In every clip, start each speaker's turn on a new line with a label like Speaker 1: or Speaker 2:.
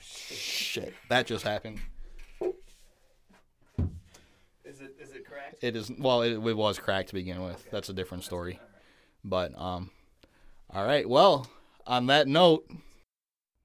Speaker 1: Shit, that just happened.
Speaker 2: Is it is it cracked?
Speaker 1: It is well, it, it was cracked to begin with. That's a different story. But um, all right. Well, on that note,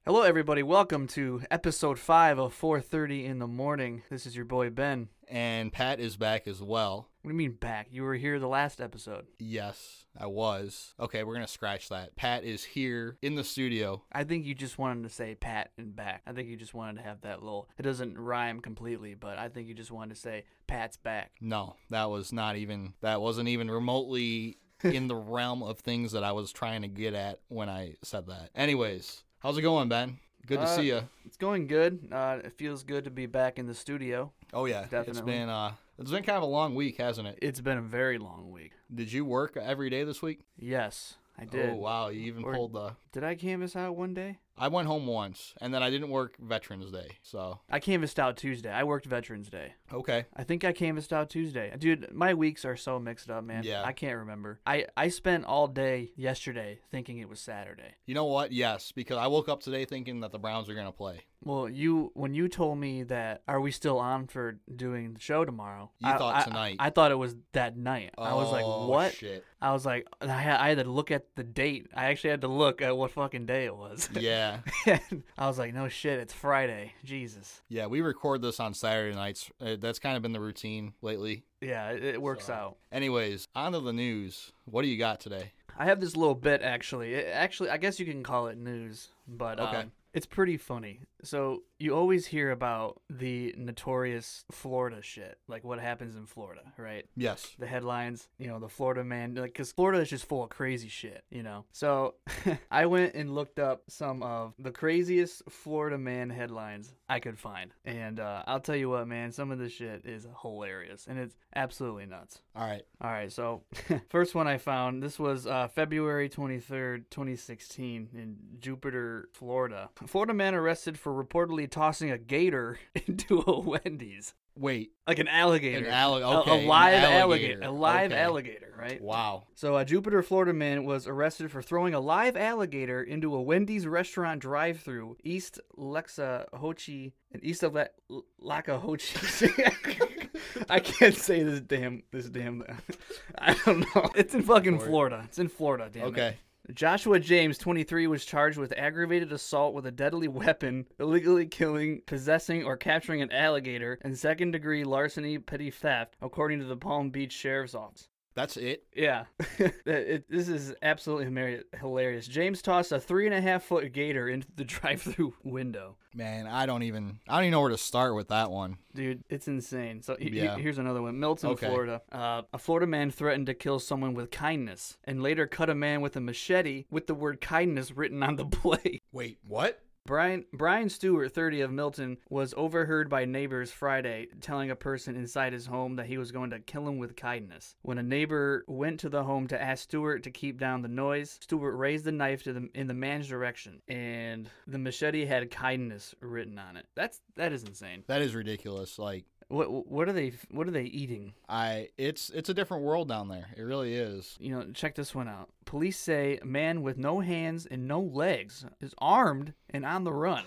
Speaker 2: Hello, everybody. Welcome to episode five of 4:30 in the morning. This is your boy Ben.
Speaker 1: and Pat is back as well.
Speaker 2: What do you mean back? You were here the last episode.
Speaker 1: Yes, I was. Okay, we're gonna scratch that. Pat is here in the studio.
Speaker 2: I think you just wanted to say Pat and back. I think you just wanted to have that little. It doesn't rhyme completely, but I think you just wanted to say Pat's back.
Speaker 1: No, that was not even. That wasn't even remotely in the realm of things that I was trying to get at when I said that. Anyways, how's it going, Ben? Good to
Speaker 2: Uh,
Speaker 1: see you.
Speaker 2: It's going good. Uh, it feels good to be back in the studio.
Speaker 1: Oh yeah, it's
Speaker 2: definitely.
Speaker 1: been uh, it's been kind of a long week, hasn't it?
Speaker 2: It's been a very long week.
Speaker 1: Did you work every day this week?
Speaker 2: Yes, I did.
Speaker 1: Oh wow, you even
Speaker 2: Or-
Speaker 1: pulled the.
Speaker 2: Did I canvas out one day?
Speaker 1: I went home once, and then I didn't work Veterans Day. So
Speaker 2: I canvassed out Tuesday. I worked Veterans Day.
Speaker 1: okay,
Speaker 2: I think I canvassed out Tuesday. Dude, my weeks are so mixed up, man.
Speaker 1: Yeah.
Speaker 2: I can't remember. I, I spent all day yesterday thinking it was Saturday.
Speaker 1: you know what? Yes, because I woke up today thinking that the Browns are gonna play.
Speaker 2: Well, you when you told me that are we still on for doing the show tomorrow?
Speaker 1: You
Speaker 2: I,
Speaker 1: thought
Speaker 2: I-
Speaker 1: tonight.
Speaker 2: I, thought it was that night. I was like,
Speaker 1: Oh,
Speaker 2: "What?"
Speaker 1: Shit.
Speaker 2: I was like, and I had, I had to look at the date. I actually had to look at what fucking day it was.
Speaker 1: Yeah,
Speaker 2: And I was like, "No shit, it's Friday." Jesus.
Speaker 1: yeah. We record this on Saturday nights. Uh, that's kind of been the routine lately.
Speaker 2: Yeah, it, it works out.
Speaker 1: Anyways, on to the news. What do you got today?
Speaker 2: I have this little bit actually. It, actually, I guess you can call it news, but
Speaker 1: Okay.
Speaker 2: um, it's pretty funny. So you always hear about the notorious Florida shit, like what happens in Florida, right?
Speaker 1: Yes.
Speaker 2: The headlines, you know, the Florida man, like, because Florida is just full of crazy shit, you know? So I went and looked up some of the craziest Florida man headlines I could find. And uh, I'll tell you what, man, some of this shit is hilarious and it's absolutely nuts.
Speaker 1: All right.
Speaker 2: All right, so first one I found. This was uh, February 23rd, 2016, in Jupiter, Florida. Florida man arrested for reportedly tossing a gator into a Wendy's,
Speaker 1: Wait.
Speaker 2: like an alligator,
Speaker 1: An alli-
Speaker 2: A-
Speaker 1: okay,
Speaker 2: a,
Speaker 1: an
Speaker 2: live
Speaker 1: alligator,
Speaker 2: a live
Speaker 1: okay.
Speaker 2: alligator, right?
Speaker 1: Wow.
Speaker 2: So, a Jupiter, Florida man was arrested for throwing a live alligator into a Wendy's restaurant drive-through, East Lexahochee, and East of La- Lackahochee. I can't say this damn, this damn. I don't know. It's in fucking Florida. It's in Florida. Damn it.
Speaker 1: Okay.
Speaker 2: Joshua James, 23, was charged with aggravated assault with a deadly weapon, illegally killing, possessing, or capturing an alligator, and second-degree larceny, petty theft, according to the Palm Beach Sheriff's Office.
Speaker 1: That's it.
Speaker 2: Yeah, It- it- this is absolutely hilari- hilarious. James tossed a three and a half foot gator into the drive-through window.
Speaker 1: Man, I don't even. I don't even know where to start with that one.
Speaker 2: Dude, it's insane. So he- he-
Speaker 1: Yeah.
Speaker 2: here's another one. Milton,
Speaker 1: Okay.
Speaker 2: Florida. Uh, a Florida man threatened to kill someone with kindness and later cut a man with a machete with the word kindness written on the blade.
Speaker 1: Wait. What?
Speaker 2: Brian Brian Stewart, 30 of Milton, was overheard by neighbors Friday telling a person inside his home that he was going to kill him with kindness. When a neighbor went to the home to ask Stewart to keep down the noise, Stewart raised the knife to the, in the man's direction, and the machete had kindness written on it. That's that is insane.
Speaker 1: That is ridiculous. Like.
Speaker 2: What what are they what are they eating?
Speaker 1: I it's it's a different world down there. It really is.
Speaker 2: You know, check this one out. Police say a man with no hands and no legs is armed and on the run.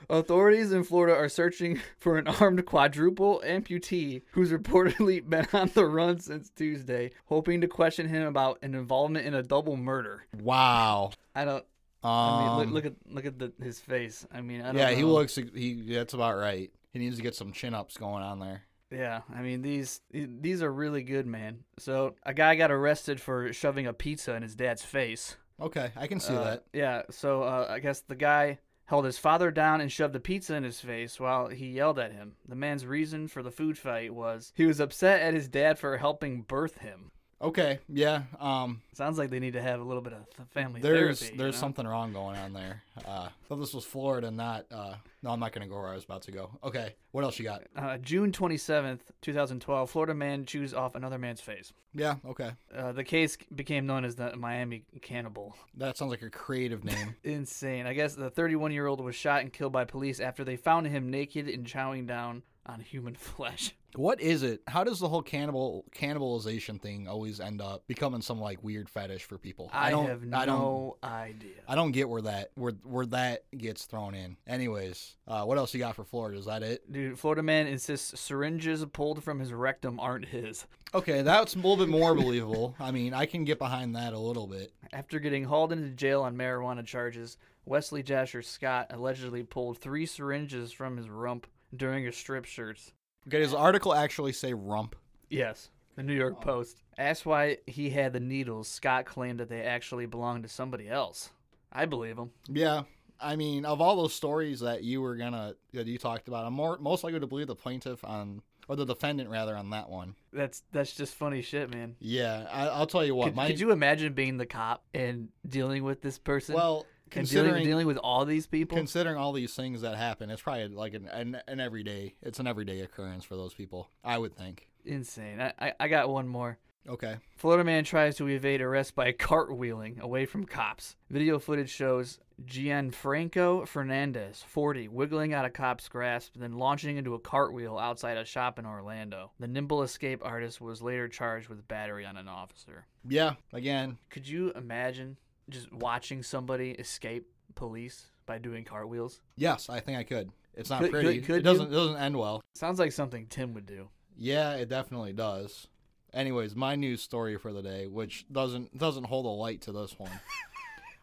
Speaker 2: Authorities in Florida are searching for an armed quadruple amputee who's reportedly been on the run since Tuesday, hoping to question him about an involvement in a double murder.
Speaker 1: Wow.
Speaker 2: I don't.
Speaker 1: Um,
Speaker 2: I mean, look, look at look at the, his face. I mean, I don't
Speaker 1: yeah, he
Speaker 2: know.
Speaker 1: looks. He that's about right. He needs to get some chin ups going on there.
Speaker 2: Yeah, I mean these these are really good, man. So a guy got arrested for shoving a pizza in his dad's face.
Speaker 1: Okay, I can see
Speaker 2: Uh,
Speaker 1: that.
Speaker 2: Yeah, so uh, I guess the guy held his father down and shoved a pizza in his face while he yelled at him. The man's reason for the food fight was he was upset at his dad for helping birth him.
Speaker 1: Okay, yeah. Um,
Speaker 2: Sounds like they need to have a little bit of th- family
Speaker 1: there's
Speaker 2: therapy. you
Speaker 1: there's
Speaker 2: know?
Speaker 1: something wrong going on there. Uh, thought this was Florida, not. Uh, no, I'm not gonna go where I was about to go. Okay, what else you got?
Speaker 2: Uh, June 27th, 2012, Florida man chews off another man's face.
Speaker 1: Yeah, okay.
Speaker 2: Uh, the case became known as the Miami Cannibal.
Speaker 1: That sounds like a creative name.
Speaker 2: Insane. I guess the 31 year old was shot and killed by police after they found him naked and chowing down on human flesh.
Speaker 1: what is it? How does the whole cannibal cannibalization thing always end up becoming some like weird fetish for people?
Speaker 2: I,
Speaker 1: don't.
Speaker 2: have
Speaker 1: I don't.
Speaker 2: no idea.
Speaker 1: I don't get where that where where that gets thrown in. Anyways, uh, what else you got for Florida? Is that it?
Speaker 2: Dude, Florida man insists syringes pulled from his rectum aren't his.
Speaker 1: Okay, that's a little bit more believable. I mean, I can get behind that a little bit.
Speaker 2: After getting hauled into jail on marijuana charges, Wesley Jasher Scott allegedly pulled three syringes from his rump during a strip search.
Speaker 1: Okay, does the article actually say rump?
Speaker 2: Yes, the New York Post. Asked why he had the needles, Scott claimed that they actually belonged to somebody else. I believe him.
Speaker 1: Yeah. I mean, of all those stories that you were gonna that you talked about, I'm more most likely to believe the plaintiff on or the defendant rather on that one.
Speaker 2: That's that's just funny shit, man.
Speaker 1: Yeah, I, I'll tell you what.
Speaker 2: Could,
Speaker 1: my
Speaker 2: could you imagine being the cop and dealing with this person?
Speaker 1: well,
Speaker 2: and dealing,
Speaker 1: considering
Speaker 2: dealing with all these people?
Speaker 1: considering all these things that happen, it's probably like an, an an everyday. It's an everyday occurrence for those people, I would think.
Speaker 2: Insane. I, I, I got one more.
Speaker 1: Okay.
Speaker 2: Florida man tries to evade arrest by cartwheeling away from cops. Video footage shows Gianfranco Fernandez, 40, wiggling out of cops' grasp, then launching into a cartwheel outside a shop in Orlando. The nimble escape artist was later charged with battery on an officer.
Speaker 1: Yeah. Again,
Speaker 2: Could you imagine just watching somebody escape police by doing cartwheels?
Speaker 1: yes, I think I could. It's not
Speaker 2: Could- could-
Speaker 1: pretty.
Speaker 2: could
Speaker 1: it doesn't it doesn't end well.
Speaker 2: Sounds like something Tim would do.
Speaker 1: Yeah, it definitely does. Anyways, my news story for the day, which doesn't doesn't hold a light to this one.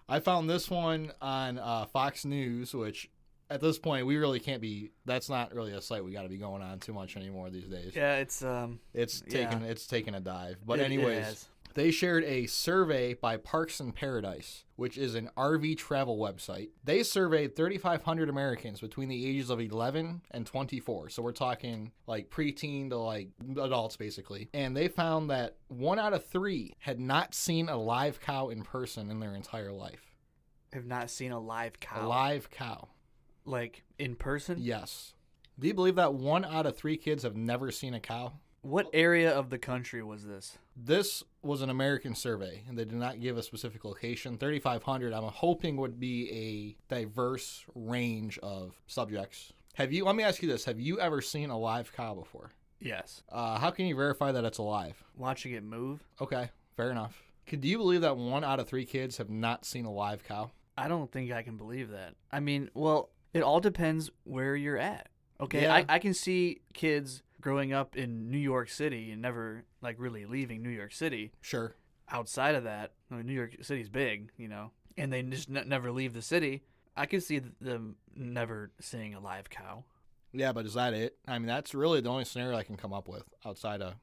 Speaker 1: I found this one on uh, Fox News, which at this point we really can't be. That's not really a site we got to be going on too much anymore these days.
Speaker 2: Yeah, it's um.
Speaker 1: It's
Speaker 2: Yeah.
Speaker 1: taken it's taken a dive. But
Speaker 2: it- it
Speaker 1: anyways,
Speaker 2: has.
Speaker 1: they shared a survey by Parks and Paradise, which is an RV travel website. They surveyed 3,500 Americans between the ages of 11 and 24. So we're talking like preteen to like adults, basically. And they found that one out of three had not seen a live cow in person in their entire life.
Speaker 2: have not seen a live cow
Speaker 1: A live cow.
Speaker 2: like in person.
Speaker 1: Yes. Do you believe that one out of three kids have never seen a cow?
Speaker 2: What area of the country was this?
Speaker 1: This was an American survey, and they did not give a specific location. 3,500, I'm hoping, would be a diverse range of subjects. Have you? Let me ask you this: Have you ever seen a live cow before?
Speaker 2: Yes.
Speaker 1: Uh, how can you verify that it's alive?
Speaker 2: Watching it move?
Speaker 1: Okay, fair enough. Could do you believe that one out of three kids have not seen a live cow?
Speaker 2: I don't think I can believe that. I mean, well, it all depends where you're at. Okay,
Speaker 1: Yeah.
Speaker 2: I, I can see kids growing up in New York City and never like really leaving New York City.
Speaker 1: Sure.
Speaker 2: Outside of that, I mean, New York City's big, you know, and they just ne- never leave the city. I can see th- them never seeing a live cow.
Speaker 1: Yeah, but is that it? I mean, that's really the only scenario I can come up with outside of.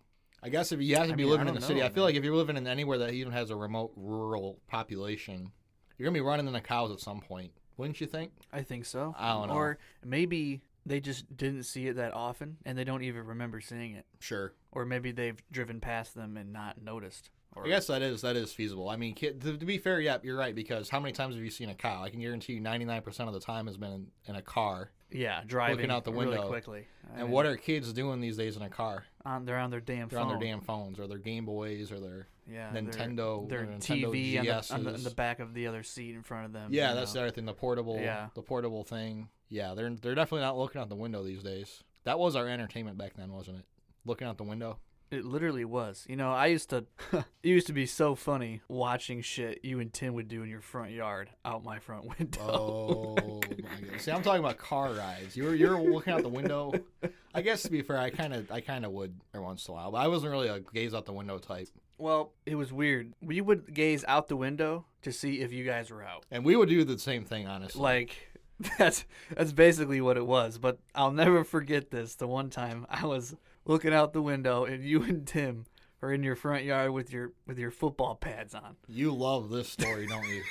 Speaker 1: I guess if you have to
Speaker 2: I
Speaker 1: be
Speaker 2: mean, I
Speaker 1: living in
Speaker 2: don't
Speaker 1: the city,
Speaker 2: know,
Speaker 1: I feel
Speaker 2: man.
Speaker 1: like if you're living in anywhere that even has a remote rural population, you're gonna be running into cows at some point, wouldn't you think?
Speaker 2: I think so.
Speaker 1: I don't know.
Speaker 2: Or maybe they just didn't see it that often and they don't even remember seeing it.
Speaker 1: Sure.
Speaker 2: Or maybe they've driven past them and not noticed. Or
Speaker 1: I guess that is that is feasible. I mean, kid, to, to be fair, yeah, you're right because how many times have you seen a cow? I can guarantee you, 99% of the time has been in, in a car.
Speaker 2: yeah, driving
Speaker 1: out the
Speaker 2: really
Speaker 1: window.
Speaker 2: quickly. I
Speaker 1: and
Speaker 2: mean,
Speaker 1: what are kids doing these days in a car?
Speaker 2: on they're on their damn
Speaker 1: They're
Speaker 2: phone.
Speaker 1: on their damn phones or their Game Boys or their
Speaker 2: yeah,
Speaker 1: Nintendo,
Speaker 2: their,
Speaker 1: or
Speaker 2: their
Speaker 1: Nintendo
Speaker 2: TV on the, on the, on
Speaker 1: GSs.
Speaker 2: the back of the other seat in front of them.
Speaker 1: Yeah,
Speaker 2: you
Speaker 1: that's
Speaker 2: know.
Speaker 1: the other thing. The portable,
Speaker 2: Yeah.
Speaker 1: the portable thing. Yeah, they're they're definitely not looking out the window these days. That was our entertainment back then, wasn't it? Looking out the window.
Speaker 2: it literally was. You know, I used to it used to be so funny watching shit you and Tim would do in your front yard out my front window.
Speaker 1: Oh my god! See, I'm talking about car rides. You were you were looking out the window. I guess to be fair, I kind of I kind of would every once in a while, but I wasn't really a gaze out the window type.
Speaker 2: Well, it was weird. We would gaze out the window to see if you guys were out.
Speaker 1: And we would do the same thing, honestly.
Speaker 2: like that's that's basically what it was but i'll never forget this the one time i was looking out the window and you and tim are in your front yard with your with your football pads on
Speaker 1: you love this story, don't you?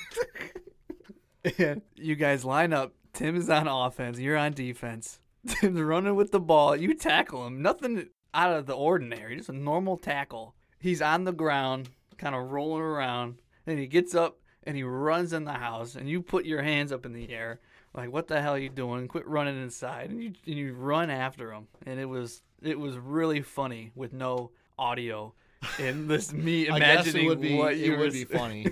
Speaker 2: and you guys line up tim's on offense you're on defense tim's running with the ball you tackle him nothing out of the ordinary just a normal tackle he's on the ground kind of rolling around and he gets up and he runs in the house and you put your hands up in the air like what the hell are you doing quit running inside and you and you run after him and it was it was really funny with no audio and this me
Speaker 1: I
Speaker 2: imagining
Speaker 1: guess it would be
Speaker 2: what you
Speaker 1: it
Speaker 2: were
Speaker 1: would be
Speaker 2: s-
Speaker 1: funny.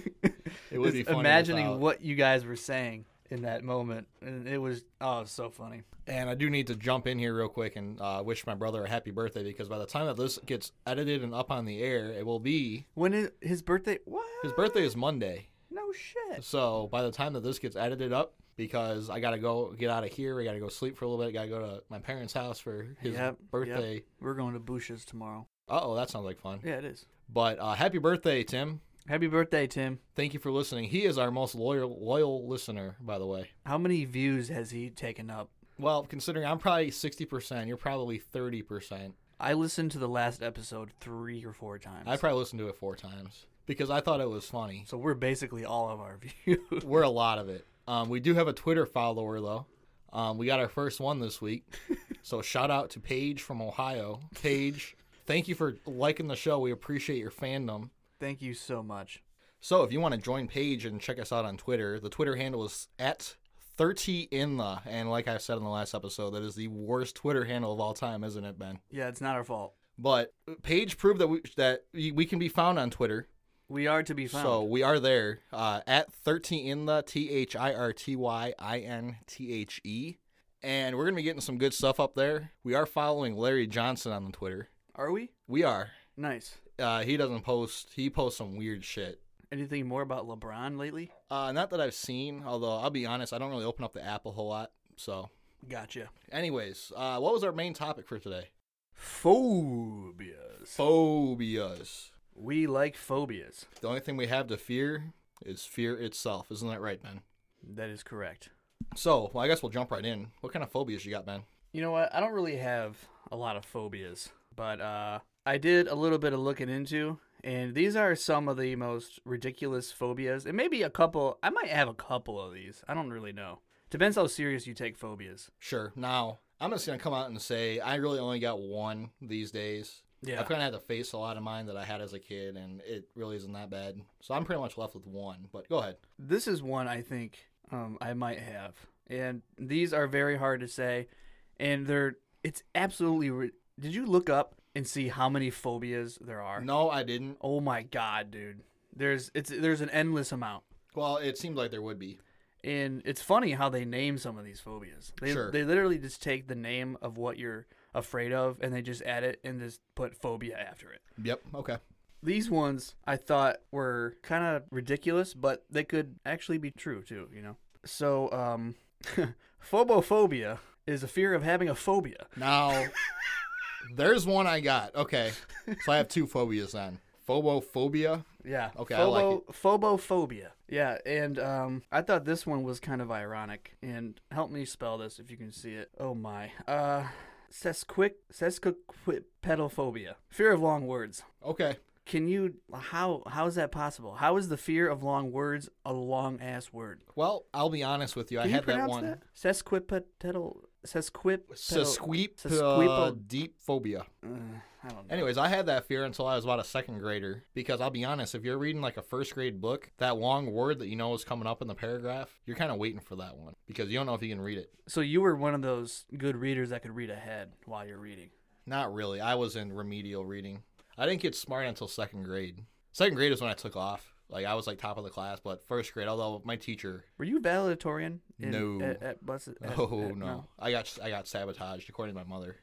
Speaker 1: It would be
Speaker 2: just
Speaker 1: funny
Speaker 2: imagining
Speaker 1: without-
Speaker 2: what you guys were saying in that moment and it was oh it was so funny
Speaker 1: And I do need to jump in here real quick and uh, wish my brother a happy birthday because by the time that this gets edited and up on the air, it will be
Speaker 2: when is his birthday what
Speaker 1: his birthday is Monday.
Speaker 2: no no shit.
Speaker 1: So by the time that this gets edited up, because I gotta go get out of here, I gotta go sleep for a little bit, gotta go to my parents' house for his
Speaker 2: Yep, yep.
Speaker 1: birthday.
Speaker 2: We're going to Bush's tomorrow.
Speaker 1: Uh oh, that sounds like fun.
Speaker 2: Yeah, it is.
Speaker 1: But uh, happy birthday, Tim.
Speaker 2: Happy birthday, Tim.
Speaker 1: Thank you for listening. He is our most loyal loyal listener, by the way.
Speaker 2: How many views has he taken up?
Speaker 1: Well, considering I'm probably sixty percent, you're probably thirty percent.
Speaker 2: I listened to the last episode three or four times.
Speaker 1: I probably listened to it four times because I thought it was funny.
Speaker 2: so we're basically all of our views.
Speaker 1: We're a lot of it. Um, we do have a Twitter follower though. Um, we got our first one this week, so shout out to Paige from Ohio. Paige, thank you for liking the show. We appreciate your fandom.
Speaker 2: Thank you so much.
Speaker 1: So if you want to join Paige and check us out on Twitter, the Twitter handle is at 30 in the and like I said in the last episode, that is the worst Twitter handle of all time, isn't it, Ben?
Speaker 2: Yeah, it's not our fault.
Speaker 1: But Paige proved that we that we we can be found on Twitter.
Speaker 2: We are to be found.
Speaker 1: So we are there uh, at 13 in the T H I R T Y I N T H E. And we're going to be getting some good stuff up there. We are following Larry Johnson on the Twitter.
Speaker 2: are we?
Speaker 1: We are.
Speaker 2: Nice.
Speaker 1: Uh, he doesn't post, he posts some weird shit.
Speaker 2: Anything more about LeBron lately?
Speaker 1: Uh, not that I've seen, although I'll be honest, I don't really open up the app a whole lot. So,
Speaker 2: Gotcha.
Speaker 1: anyways, uh, what was our main topic for today?
Speaker 2: Phobias.
Speaker 1: Phobias.
Speaker 2: We like phobias.
Speaker 1: The only thing we have to fear is fear itself. Isn't that right, Ben?
Speaker 2: That is correct.
Speaker 1: So, well, I guess we'll jump right in. What kind of phobias you got, Ben?
Speaker 2: You know what? I don't really have a lot of phobias, but uh, I did a little bit of looking into, and these are some of the most ridiculous phobias. And maybe a couple, I might have a couple of these. I don't really know. Depends how serious you take phobias.
Speaker 1: Sure. Now, I'm just going to come out and say I really only got one these days.
Speaker 2: Yeah.
Speaker 1: I've kind of had to face a lot of mine that I had as a kid, and it really isn't that bad. So I'm pretty much left with one, but go ahead.
Speaker 2: This is one I think um, I might have, and these are very hard to say, and they're it's absolutely. Ri- Did you look up and see how many phobias there are?
Speaker 1: No, I didn't.
Speaker 2: Oh my god, dude! There's it's there's an endless amount.
Speaker 1: Well, it seemed like there would be.
Speaker 2: and it's funny how they name some of these phobias. They
Speaker 1: Sure.
Speaker 2: they literally just take the name of what you're afraid of and they just add it and just put phobia after it.
Speaker 1: Yep. Okay.
Speaker 2: These ones I thought were kind of ridiculous, but they could actually be true too, you know. So, um phobophobia is a fear of having a phobia.
Speaker 1: Now, there's one I got. Okay. So I have two phobias then phobophobia.
Speaker 2: Yeah.
Speaker 1: Okay, I like it.
Speaker 2: Phobophobia. Yeah, and um, I thought this one was kind of ironic. And help me spell this if you can see it. Oh my. Uh, sesquic sesquipedalophobia. Fear of long words.
Speaker 1: Okay.
Speaker 2: Can you how how is that possible? How is the fear of long words a long ass word?
Speaker 1: Well, I'll be honest with you. I
Speaker 2: Can you
Speaker 1: had that
Speaker 2: pronounce
Speaker 1: one.
Speaker 2: that? Sesquipedal. Sesquip.
Speaker 1: Sesquip, uh,
Speaker 2: Sesquipo-
Speaker 1: deep phobia.
Speaker 2: Uh, I don't know.
Speaker 1: Anyways, I had that fear until I was about a second grader because I'll be honest, if you're reading like a first grade book, that long word that you know is coming up in the paragraph, you're kind of waiting for that one because you don't know if you can read it.
Speaker 2: So you were one of those good readers that could read ahead while you're reading.
Speaker 1: Not really. I was in remedial reading. I didn't get smart until second grade. Second grade is when I took off. Like I was like top of the class, but first grade, although my teacher,
Speaker 2: Were you valedictorian? in-
Speaker 1: No.
Speaker 2: At, at bus, at,
Speaker 1: oh
Speaker 2: at-
Speaker 1: no, I got I got sabotaged according to my mother.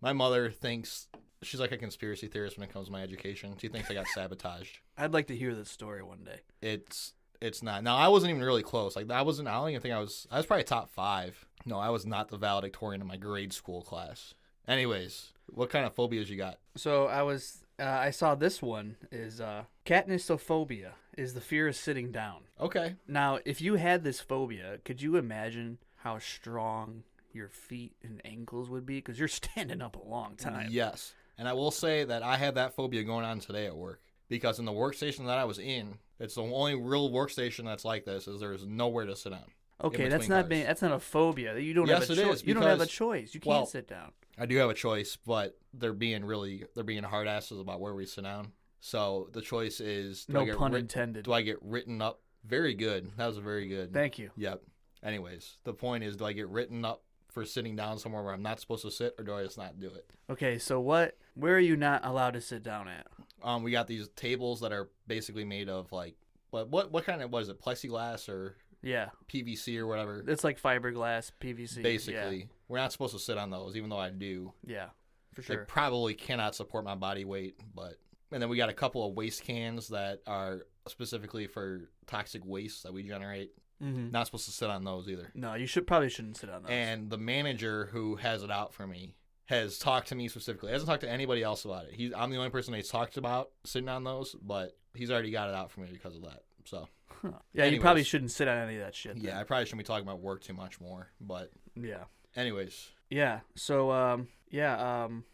Speaker 1: my mother thinks she's like a conspiracy theorist when it comes to my education. She thinks I got sabotaged.
Speaker 2: I'd like to hear this story one day.
Speaker 1: it's it's not. Now I wasn't even really close. Like I wasn't. I don't even think I was. I was probably top five. No, I was not the valedictorian in my grade school class. Anyways, what kind of phobias you got?
Speaker 2: So I was, uh, I saw this one is uh, catnisophobia is the fear of sitting down.
Speaker 1: Okay,
Speaker 2: Now, if you had this phobia, could you imagine how strong your feet and ankles would be? Because you're standing up a long time.
Speaker 1: yes. And I will say that I had that phobia going on today at work because in the workstation that I was in, it's the only real workstation that's like this. Is there's nowhere to sit down.
Speaker 2: Okay,
Speaker 1: In
Speaker 2: that's
Speaker 1: between
Speaker 2: not
Speaker 1: cars.
Speaker 2: being, that's not a phobia. You don't
Speaker 1: Yes,
Speaker 2: have
Speaker 1: it
Speaker 2: a choice.
Speaker 1: is,
Speaker 2: you don't have a
Speaker 1: because-
Speaker 2: choice. You can't
Speaker 1: well-
Speaker 2: sit down.
Speaker 1: I do have a choice, but they're being really they're being hard asses about where we sit down. So the choice is do I
Speaker 2: No
Speaker 1: get
Speaker 2: pun
Speaker 1: writ-
Speaker 2: intended.
Speaker 1: Do I get written up? Very good. That was very good.
Speaker 2: Thank you.
Speaker 1: Yep. Anyways, the point is, do I get written up for sitting down somewhere where I'm not supposed to sit, or do I just not do it?
Speaker 2: Okay, so what? Where are you not allowed to sit down at?
Speaker 1: Um, we got these tables that are basically made of like, what what what kind of what is it, plexiglass or
Speaker 2: Yeah,
Speaker 1: PVC or whatever?
Speaker 2: it's like fiberglass, PVC. yeah,
Speaker 1: Basically, we're not supposed to sit on those, even though I do.
Speaker 2: yeah, for
Speaker 1: They
Speaker 2: sure.
Speaker 1: probably cannot support my body weight, but and then we got a couple of waste cans that are specifically for toxic waste that we generate.
Speaker 2: Mm-hmm.
Speaker 1: Not supposed to sit on those either.
Speaker 2: No, you should probably shouldn't sit on those.
Speaker 1: And the manager who has it out for me has talked to me specifically. He hasn't talked to anybody else about it. He's I'm the only person he's talked about sitting on those, but he's already got it out for me because of that. So
Speaker 2: Huh. Yeah, you probably
Speaker 1: Anyways.
Speaker 2: shouldn't sit on any of that shit.
Speaker 1: yeah, I probably shouldn't be talking about work too much more. But
Speaker 2: then. Yeah.
Speaker 1: anyways,
Speaker 2: Yeah. So um yeah, um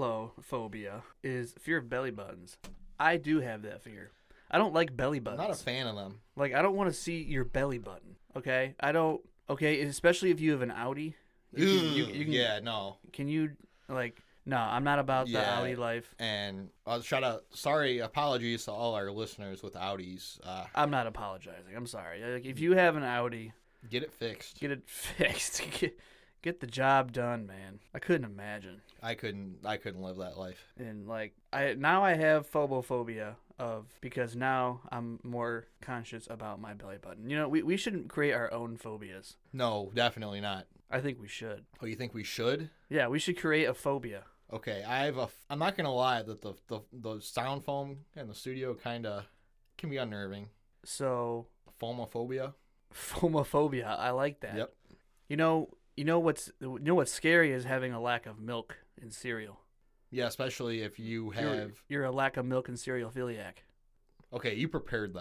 Speaker 2: omphalophobia is fear of belly buttons. I do have that fear. I don't like belly
Speaker 1: I'm
Speaker 2: buttons.
Speaker 1: not a fan of them.
Speaker 2: Like I don't want to see your belly button. Okay? I don't okay, especially if you have an Audi. You can- you-
Speaker 1: Ugh,
Speaker 2: you can-
Speaker 1: Mm, yeah, no.
Speaker 2: Can you like no, I'm not about the
Speaker 1: Yeah.
Speaker 2: Audi life.
Speaker 1: And I'll shout out. Sorry, apologies to all our listeners with Audis. Uh,
Speaker 2: I'm not apologizing. I'm sorry. Like,
Speaker 1: Mm.
Speaker 2: if you have an Audi,
Speaker 1: get it fixed.
Speaker 2: get it fixed. Get, get the job done, man. I couldn't imagine.
Speaker 1: I couldn't. I couldn't live that life.
Speaker 2: and like I now I have phobophobia of because now I'm more conscious about my belly button. You know, we, we shouldn't create our own phobias.
Speaker 1: No, definitely not.
Speaker 2: I think we should.
Speaker 1: Oh, you think we should?
Speaker 2: Yeah, we should create a phobia.
Speaker 1: Okay, I have a. F- I'm not gonna lie that the the, the sound foam in the studio kind of can be unnerving.
Speaker 2: So
Speaker 1: Foamophobia.
Speaker 2: phomophobia, I like that.
Speaker 1: Yep.
Speaker 2: You know, you know what's you know what's scary is having a lack of milk in cereal.
Speaker 1: Yeah, especially if you have.
Speaker 2: You're, you're a lack of milk and cereal philiac.
Speaker 1: Okay, you prepared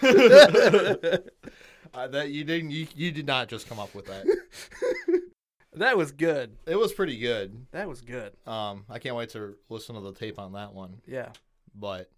Speaker 1: that. uh, that you didn't. You, you did not just come up with that.
Speaker 2: That was good.
Speaker 1: It was pretty good.
Speaker 2: That was good.
Speaker 1: Um, I can't wait to listen to the tape on that one.
Speaker 2: Yeah.
Speaker 1: But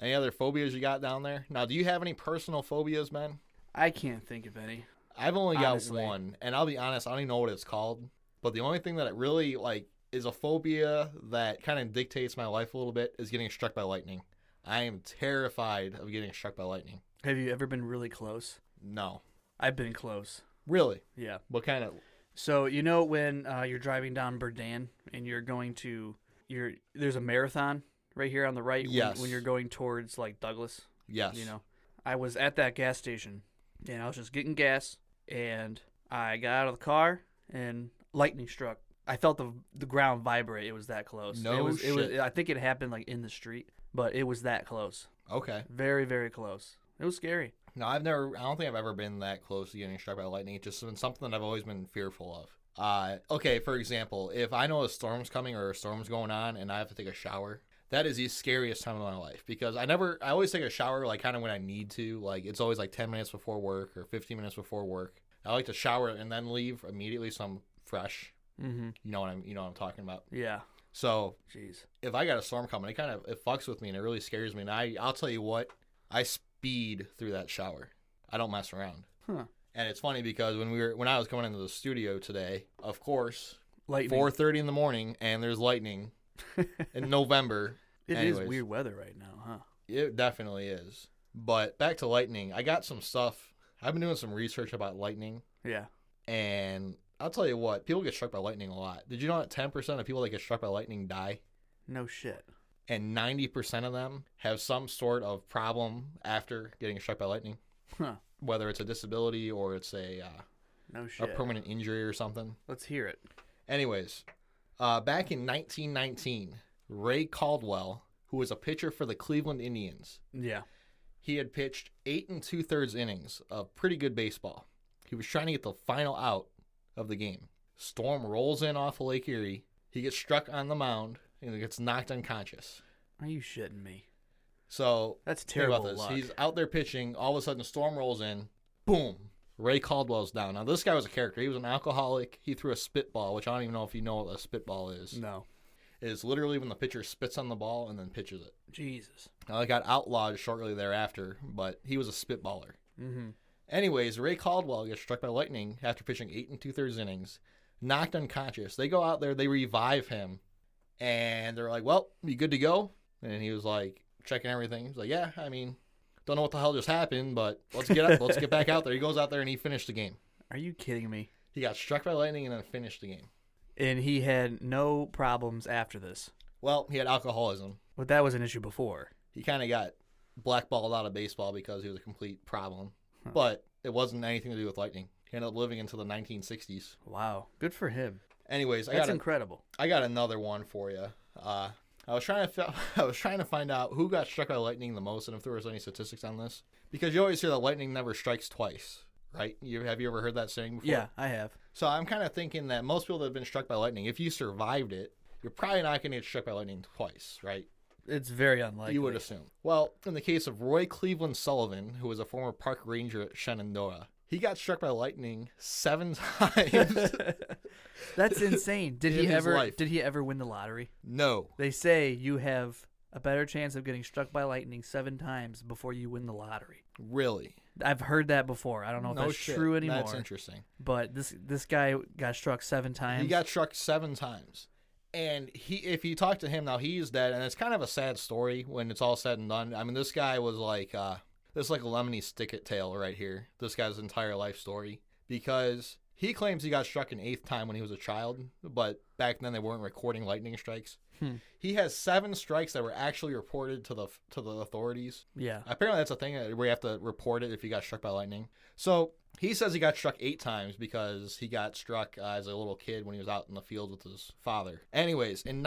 Speaker 1: any other phobias you got down there? Now, do you have any personal phobias, man?
Speaker 2: I can't think of any.
Speaker 1: I've only got
Speaker 2: Honestly.
Speaker 1: one, and I'll be honest, I don't even know what it's called. But the only thing that it really like is a phobia that kind of dictates my life a little bit is getting struck by lightning. I am terrified of getting struck by lightning.
Speaker 2: Have you ever been really close?
Speaker 1: No,
Speaker 2: I've been close.
Speaker 1: really.
Speaker 2: Yeah.
Speaker 1: What kind of?
Speaker 2: So you know when uh, you're driving down Burdan and you're going to you're there's a marathon right here on the right when-
Speaker 1: Yes.
Speaker 2: when, you're going towards like Douglas,
Speaker 1: Yes.
Speaker 2: you know. I was at that gas station and I was just getting gas and I got out of the car and lightning struck. I felt the the ground vibrate. It was that close.
Speaker 1: No
Speaker 2: it was it was
Speaker 1: shit.
Speaker 2: I think it happened like in the street, but it was that close.
Speaker 1: Okay.
Speaker 2: Very very close. It was scary.
Speaker 1: No, I've never. I don't think I've ever been that close to getting struck by lightning. It's just been something that I've always been fearful of. Uh, okay, for example, if I know a storm's coming or a storm's going on and I have to take a shower, that is the scariest time of my life because I never. I always take a shower like kind of when I need to. Like it's always like ten minutes before work or fifteen minutes before work. I like to shower and then leave immediately, so I'm fresh.
Speaker 2: Mhm.
Speaker 1: You know what I'm. You know what I'm talking about.
Speaker 2: Yeah.
Speaker 1: So
Speaker 2: Jeez.
Speaker 1: if I got a storm coming, it kind of it fucks with me and it really scares me. And I I'll tell you what, I speed through that shower. I don't mess around.
Speaker 2: Huh.
Speaker 1: And it's funny because when we were when I was coming into the studio today, of course,
Speaker 2: Lightning.
Speaker 1: four thirty in the morning, and there's lightning in November.
Speaker 2: It is
Speaker 1: Anyways.
Speaker 2: weird weather right now, huh?
Speaker 1: It definitely is. But back to lightning, I got some stuff. I've been doing some research about lightning,
Speaker 2: Yeah.
Speaker 1: and I'll tell you what, people get struck by lightning a lot. Did you know that ten percent of people that get struck by lightning die?
Speaker 2: No shit.
Speaker 1: and 90% of them have some sort of problem after getting struck by lightning,
Speaker 2: Huh.
Speaker 1: whether it's a disability or it's a, uh,
Speaker 2: No
Speaker 1: a
Speaker 2: shit.
Speaker 1: permanent injury or something.
Speaker 2: Let's hear it.
Speaker 1: Anyways, uh, back in 1919, Ray Caldwell, who was a pitcher for the Cleveland Indians,
Speaker 2: Yeah.
Speaker 1: he had pitched eight and two thirds innings of pretty good baseball. He was trying to get the final out of the game. Storm rolls in off of Lake Erie. He gets struck on the mound and gets knocked unconscious.
Speaker 2: Are you shitting me?
Speaker 1: So
Speaker 2: That's
Speaker 1: Think about
Speaker 2: terrible
Speaker 1: this.
Speaker 2: luck.
Speaker 1: He's out there pitching. All of a sudden, a storm rolls in. Boom. Ray Caldwell's down. Now, this guy was a character. He was an alcoholic. He threw a spitball, which I don't even know if you know what a spitball is.
Speaker 2: No.
Speaker 1: It is literally when the pitcher spits on the ball and then pitches it.
Speaker 2: Jesus.
Speaker 1: Now, it got outlawed shortly thereafter, but he was a spitballer.
Speaker 2: Mm-hmm.
Speaker 1: Anyways, Ray Caldwell gets struck by lightning after pitching eight and two thirds innings, knocked unconscious. They go out there, they revive him, and they're like, "Well, you good to go?" And he was like, checking everything. He's like, "Yeah, I mean, don't know what the hell just happened, but let's get up, let's get back out there." He goes out there and he finished the game.
Speaker 2: Are you kidding me?
Speaker 1: He got struck by lightning and then finished the game.
Speaker 2: And he had no problems after this.
Speaker 1: Well, he had alcoholism.
Speaker 2: But that was an issue before.
Speaker 1: He kind of got blackballed out of baseball because he was a complete problem, but it wasn't anything to do with lightning. He ended up living into the 1960s.
Speaker 2: Wow. Good for him.
Speaker 1: Anyways, I
Speaker 2: That's
Speaker 1: got a-
Speaker 2: incredible.
Speaker 1: I got another one for you. Uh, I was trying to fi- I was trying to find out who got struck by lightning the most and if there was any statistics on this because you always hear that lightning never strikes twice, right? You have you ever heard that saying before?
Speaker 2: Yeah, I have.
Speaker 1: So I'm kind of thinking that most people that have been struck by lightning, if you survived it, you're probably not going to get struck by lightning twice, right?
Speaker 2: It's very unlikely.
Speaker 1: You would assume. Well, in the case of Roy Cleveland Sullivan, who was a former park ranger at Shenandoah, he got struck by lightning seven times.
Speaker 2: That's insane. Did
Speaker 1: In
Speaker 2: he
Speaker 1: his
Speaker 2: ever?
Speaker 1: life.
Speaker 2: Did he ever win the lottery?
Speaker 1: no.
Speaker 2: They say you have a better chance of getting struck by lightning seven times before you win the lottery.
Speaker 1: Really?
Speaker 2: I've heard that before. I don't know if
Speaker 1: no
Speaker 2: that's
Speaker 1: shit.
Speaker 2: true anymore.
Speaker 1: That's interesting.
Speaker 2: but this this guy got struck seven times.
Speaker 1: He got struck seven times. And he, if you talk to him now, he's dead, and it's kind of a sad story when it's all said and done. I mean, this guy was like, uh, this is like a lemony sticket tail right here. This guy's entire life story because he claims he got struck an eighth time when he was a child, but back then they weren't recording lightning strikes.
Speaker 2: Hmm.
Speaker 1: He has seven strikes that were actually reported to the to the authorities.
Speaker 2: yeah.
Speaker 1: Apparently, that's a thing uh, where you have to report it if you got struck by lightning. So he says he got struck eight times because he got struck uh, as a little kid when he was out in the field with his father. Anyways, in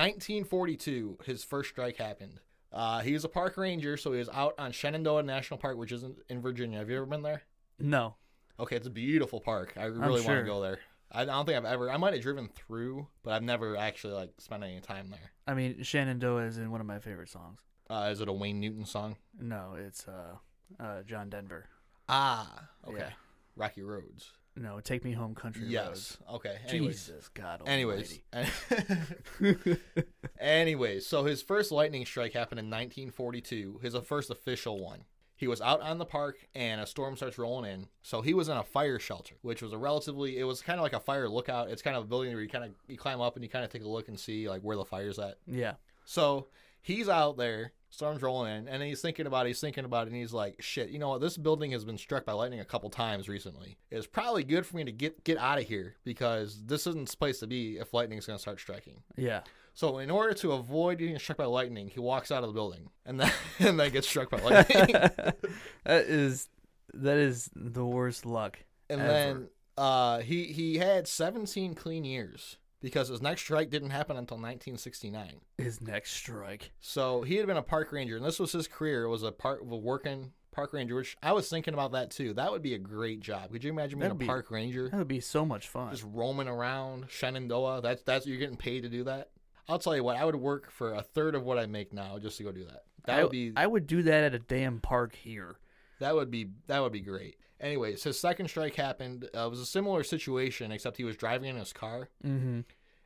Speaker 1: 1942, his first strike happened. Uh, he was a park ranger, so he was out on Shenandoah National Park, which isn't in Virginia. Have you ever been there?
Speaker 2: No.
Speaker 1: Okay, it's a beautiful park. I really want
Speaker 2: sure.
Speaker 1: to go there. I don't think I've ever. I might have driven through, but I've never actually like spent any time there.
Speaker 2: I mean, Shenandoah is in one of my favorite songs.
Speaker 1: Uh, is it a Wayne Newton song?
Speaker 2: No, it's uh, uh, John Denver.
Speaker 1: Ah, okay.
Speaker 2: Yeah.
Speaker 1: Rocky Roads.
Speaker 2: No, Take Me Home Country
Speaker 1: yes.
Speaker 2: Roads.
Speaker 1: Okay. Anyways.
Speaker 2: Jesus God
Speaker 1: Anyways.
Speaker 2: Almighty.
Speaker 1: anyways, so his first lightning strike happened in 1942, his uh, first official one. He was out on the park and a storm starts rolling in. So he was in a fire shelter, which was a relatively, it was kind of like a fire lookout. It's kind of a building where you kind of, you climb up and you kind of take a look and see like where the fire's at.
Speaker 2: Yeah.
Speaker 1: So he's out there, storm's rolling in, and he's thinking about it, he's thinking about it, and he's like, shit, you know what? This building has been struck by lightning a couple times recently. It's probably good for me to get, get out of here because this isn't the place to be if lightning's going to start striking.
Speaker 2: Yeah.
Speaker 1: So in order to avoid getting struck by lightning, he walks out of the building and then, and then gets struck by lightning.
Speaker 2: that is that is the worst luck.
Speaker 1: and
Speaker 2: Ever.
Speaker 1: then uh, he, he had 17 clean years because his next strike didn't happen until 1969.
Speaker 2: His next strike.
Speaker 1: So he had been a park ranger, and this was his career. It was a part of a working park ranger, which I was thinking about that too. That would be a great job. Could you imagine being
Speaker 2: That'd
Speaker 1: a
Speaker 2: be-
Speaker 1: park ranger,
Speaker 2: That would be so much fun.
Speaker 1: just roaming around Shenandoah? That's that's you're getting paid to do that. I'll tell you what, I would work for a third of what I make now just to go do that. That
Speaker 2: I,
Speaker 1: would be
Speaker 2: I would do that at a damn park here.
Speaker 1: that would be that would be great. Anyways, his second strike happened. Uh, it was a similar situation, except he was driving in his car,
Speaker 2: Mm-hmm.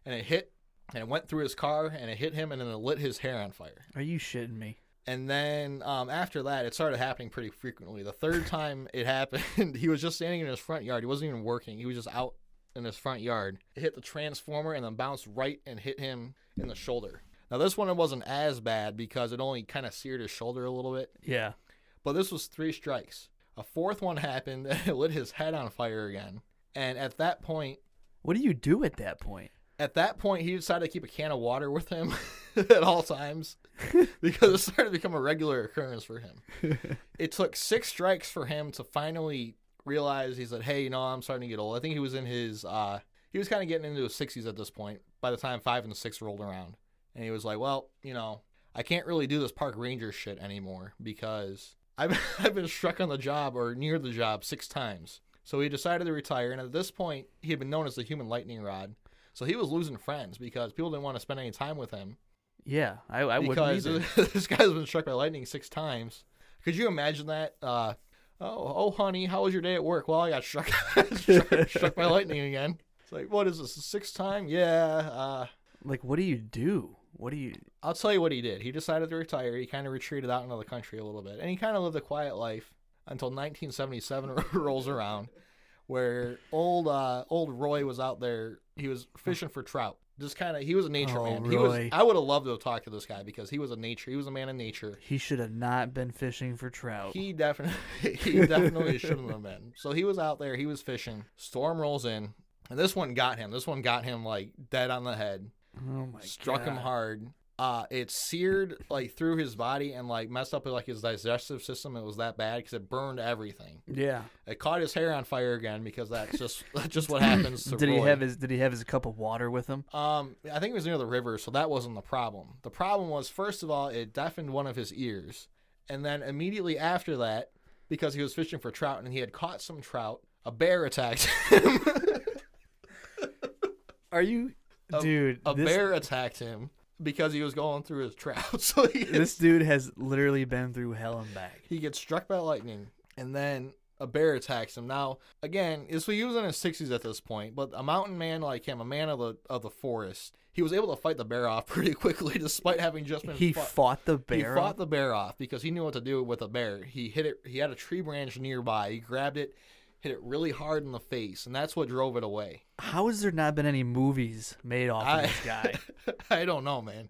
Speaker 1: and it hit, and it went through his car, and it hit him, and then it lit his hair on fire.
Speaker 2: Are you shitting me?
Speaker 1: And then um, after that, it started happening pretty frequently. The third time it happened, he was just standing in his front yard. He wasn't even working. He was just out in his front yard. It hit the transformer and then bounced right and hit him in the shoulder. Now this one it wasn't as bad because it only kind of seared his shoulder a little bit.
Speaker 2: Yeah.
Speaker 1: But this was three strikes. A fourth one happened and it lit his head on fire again. And at that point,
Speaker 2: What do you do at that point?
Speaker 1: at that point he decided to keep a can of water with him at all times because it started to become a regular occurrence for him it took six strikes for him to finally realize he said hey you know i'm starting to get old i think he was in his uh he was kind of getting into his 60s at this point by the time five and six rolled around and he was like well you know i can't really do this park ranger shit anymore because i've, I've been struck on the job or near the job six times so he decided to retire and at this point he had been known as the human lightning rod so he was losing friends because people didn't want to spend any time with him
Speaker 2: Yeah, I, I wouldn't
Speaker 1: because
Speaker 2: either.
Speaker 1: this guy's been struck by lightning six times. Could you imagine that? Uh, oh, oh, honey, how was your day at work? Well, I got struck struck, struck by lightning again. It's like, what is this? The sixth time? Yeah. Uh,
Speaker 2: Like, what do you do? What do you?
Speaker 1: I'll tell you what he did. He decided to retire. He kind of retreated out into the country a little bit, and he kind of lived a quiet life until 1977 rolls around, where old uh, old Roy was out there. He was fishing for trout. Just kind of, he was a nature
Speaker 2: Oh,
Speaker 1: man. He was.
Speaker 2: Roy.
Speaker 1: I would have loved to have talked to this guy because he was a nature. He was a man of nature.
Speaker 2: He should have not been fishing for trout.
Speaker 1: He definitely he definitely shouldn't have been. So he was out there, he was fishing. Storm rolls in, and this one got him. This one got him like dead on the head.
Speaker 2: oh my
Speaker 1: struck him
Speaker 2: God.
Speaker 1: hard. Uh, it seared like through his body and like messed up like his digestive system. It was that bad because it burned everything.
Speaker 2: Yeah.
Speaker 1: It caught his hair on fire again because that's just that's just what happens. To
Speaker 2: Did he
Speaker 1: Roy.
Speaker 2: have his Did he have his cup of water with him?
Speaker 1: Um, I think it was near the river, so that wasn't the problem. The problem was, first of all, it deafened one of his ears, and then immediately after that, because he was fishing for trout and he had caught some trout, a bear attacked him.
Speaker 2: Are you, dude?
Speaker 1: a
Speaker 2: this,
Speaker 1: bear attacked him because he was going through his trout. So he gets,
Speaker 2: This dude has literally been through hell and back.
Speaker 1: he gets struck by lightning, and then a bear attacks him. Now, again, is he was in his sixties at this point, but a mountain man like him, a man of the of the forest, he was able to fight the bear off pretty quickly, despite having just been
Speaker 2: He
Speaker 1: fu-
Speaker 2: fought the bear.
Speaker 1: He
Speaker 2: off?
Speaker 1: fought the bear off because he knew what to do with a bear. He hit it. He had a tree branch nearby. He grabbed it, hit it really hard in the face, and that's what drove it away.
Speaker 2: How has there not been any movies made off of this guy?
Speaker 1: I don't know, man,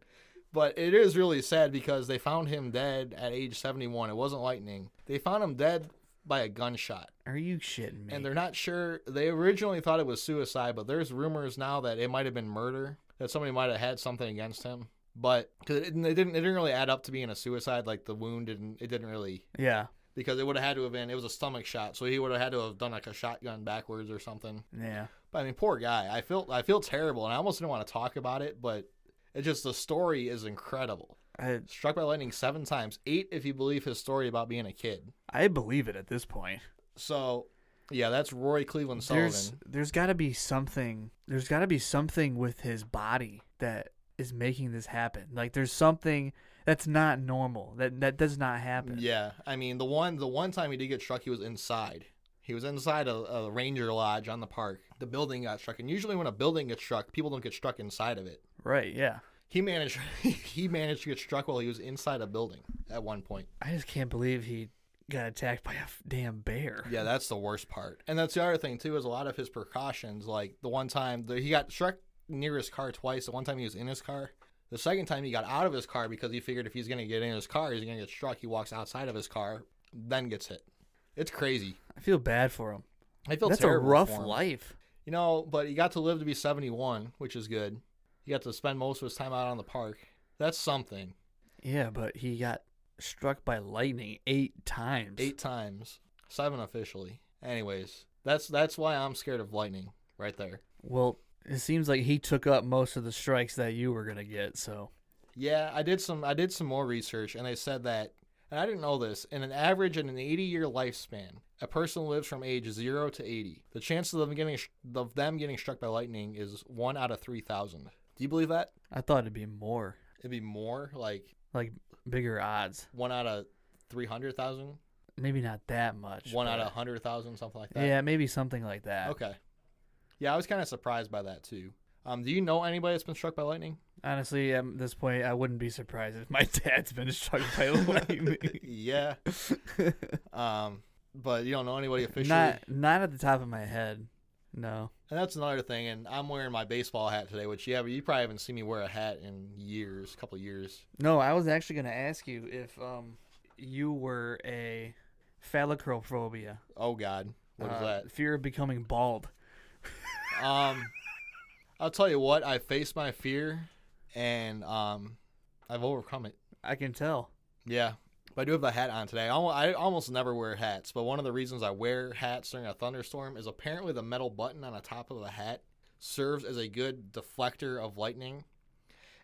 Speaker 1: but it is really sad because they found him dead at age seventy-one. It wasn't lightning. They found him dead by a gunshot,
Speaker 2: Are you shitting me?
Speaker 1: and they're not sure. They originally thought it was suicide, but there's rumors now that it might have been murder. That somebody might have had something against him. But because it, didn't- it didn't, it didn't really add up to being a suicide. Like the wound didn't, it didn't really
Speaker 2: yeah.
Speaker 1: because it would have had to have been it was a stomach shot, so he would have had to have done like a shotgun backwards or something.
Speaker 2: Yeah.
Speaker 1: But I mean, poor guy. I feel I feel terrible, and I almost didn't want to talk about it, but it just the story is incredible.
Speaker 2: I,
Speaker 1: Struck by lightning seven times, eight if you believe his story about being a kid.
Speaker 2: I believe it at this point.
Speaker 1: So, yeah, that's Roy Cleveland Sullivan.
Speaker 2: There's there's got to be something. There's got to be something with his body that is making this happen. Like there's something that's not normal. That that does not happen.
Speaker 1: Yeah, I mean the one the one time he did get struck, he was inside. He was inside a, a ranger lodge on the park. The building got struck, and usually when a building gets struck, people don't get struck inside of it.
Speaker 2: Right. Yeah.
Speaker 1: He managed he managed to get struck while he was inside a building at one point.
Speaker 2: I just can't believe he got attacked by a f- damn bear.
Speaker 1: Yeah, that's the worst part. And that's the other thing too is a lot of his precautions. Like the one time the, he got struck near his car twice. The one time he was in his car. The second time he got out of his car because he figured if he's gonna get in his car, he's gonna get struck. He walks outside of his car, then gets hit. It's crazy.
Speaker 2: I feel bad for him.
Speaker 1: I feel
Speaker 2: that's a
Speaker 1: terrible
Speaker 2: rough
Speaker 1: for him.
Speaker 2: life.
Speaker 1: You know, but he got to live to be seventy one, which is good. He got to spend most of his time out on the park. That's something.
Speaker 2: Yeah, but he got struck by lightning eight times.
Speaker 1: eight times, seven officially. Anyways, that's that's why I'm scared of lightning right there.
Speaker 2: Well, it seems like he took up most of the strikes that you were gonna get. So
Speaker 1: Yeah, I did some I did some more research and they said that and I didn't know this, in an average in an 80-year lifespan, a person lives from age 0 to 80. The chance of them getting of them getting struck by lightning is 1 out of 3,000. Do you believe that?
Speaker 2: I thought it'd be more,
Speaker 1: It'd be more like
Speaker 2: like bigger odds.
Speaker 1: 1 out of 300,000,
Speaker 2: Maybe not that much.
Speaker 1: 1 out
Speaker 2: but-
Speaker 1: of 100,000, something like that.
Speaker 2: Yeah, maybe something like that.
Speaker 1: Okay. Yeah, I was kind of surprised by that too. Um, do you know anybody that's been struck by lightning?
Speaker 2: Honestly, at this point, I wouldn't be surprised if my dad's been struck by lightning.
Speaker 1: yeah. Um, but you don't know anybody officially.
Speaker 2: not, not at the top of my head. No.
Speaker 1: And that's another thing. And I'm wearing my baseball hat today, which yeah, but you probably haven't seen me wear a hat in years, couple years.
Speaker 2: No, I was actually gonna ask you if um you were a phallicophobia.
Speaker 1: Oh God, what is
Speaker 2: uh, Fear of becoming bald.
Speaker 1: that? Um, I'll tell you what. I faced my fear, and um, I've overcome it.
Speaker 2: I can tell.
Speaker 1: Yeah. But I do have the hat on today. I al- I almost never wear hats, but one of the reasons I wear hats during a thunderstorm is apparently the metal button on the top of the hat serves as a good deflector of lightning.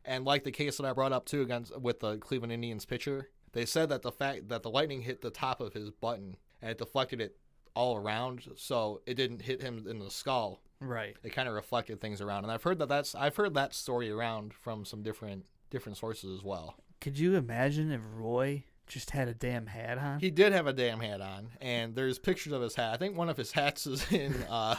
Speaker 1: And like the case that I brought up too against with the Cleveland Indians pitcher, they said that the fact that the lightning hit the top of his button and it deflected it all around, so it didn't hit him in the skull.
Speaker 2: Right.
Speaker 1: It kind of reflected things around, and I've heard that that's I've heard that story around from some different different sources as well.
Speaker 2: Could you imagine if Roy just had a damn hat on?
Speaker 1: He did have a damn hat on, and there's pictures of his hat. I think one of his hats is in uh,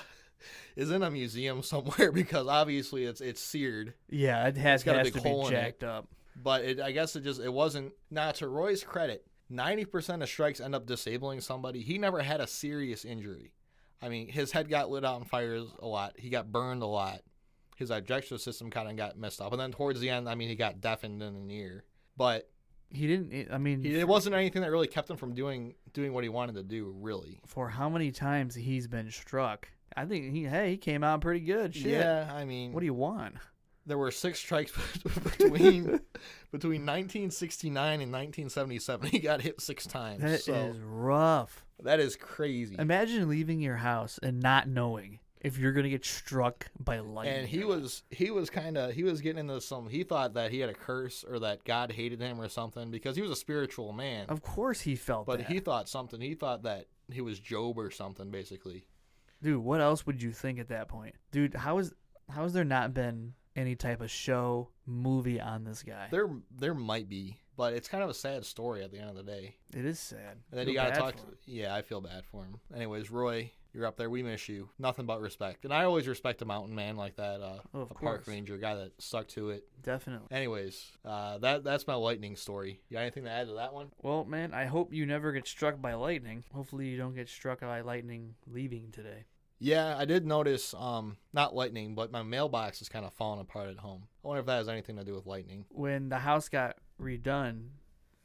Speaker 1: is in a museum somewhere because obviously it's it's seared.
Speaker 2: yeah, it has,
Speaker 1: got a
Speaker 2: has
Speaker 1: big
Speaker 2: to be
Speaker 1: hole in it.
Speaker 2: jacked up.
Speaker 1: But it, I guess it just it wasn't. Now to Roy's credit, ninety percent of strikes end up disabling somebody. He never had a serious injury. I mean, his head got lit on fire a lot. He got burned a lot. His digestive system kind of got messed up, and then towards the end, I mean, he got deafened in an ear. But
Speaker 2: He didn't. I mean,
Speaker 1: he, it wasn't anything that really kept him from doing doing what he wanted to do, really.
Speaker 2: for how many times he's been struck? I think he. Hey, he came out pretty good. Shit.
Speaker 1: Yeah, I mean,
Speaker 2: What do you want?
Speaker 1: There were six strikes between between 1969 and 1977. He got hit six times.
Speaker 2: That is
Speaker 1: so
Speaker 2: rough.
Speaker 1: that is crazy.
Speaker 2: Imagine leaving your house and not knowing if you're gonna get struck by lightning.
Speaker 1: and he
Speaker 2: or not.
Speaker 1: was he was kind of he was getting into some he thought that he had a curse or that god hated him or something because he was a spiritual man
Speaker 2: Of course, he felt
Speaker 1: but
Speaker 2: that.
Speaker 1: he thought something he thought that he was job or something basically
Speaker 2: Dude, what else would you think at that point? Dude, how is how has there not been any type of show, movie on this guy?
Speaker 1: there there might be but it's kind of a sad story at the end of the day
Speaker 2: It is sad.
Speaker 1: and then
Speaker 2: Feel
Speaker 1: you gotta
Speaker 2: bad
Speaker 1: talk
Speaker 2: for him.
Speaker 1: yeah i feel bad for him anyways roy you're up there we miss you nothing but respect and i always respect a mountain man like that uh
Speaker 2: Oh, of
Speaker 1: a park
Speaker 2: course.
Speaker 1: ranger guy that stuck to it
Speaker 2: Definitely.
Speaker 1: anyways uh that that's my lightning story you got anything to add to that one
Speaker 2: Well, man, I hope you never get struck by lightning. Hopefully, you don't get struck by lightning leaving today.
Speaker 1: Yeah, I did notice um not lightning, but my mailbox is kind of falling apart at home. I wonder if that has anything to do with lightning.
Speaker 2: When the house got redone,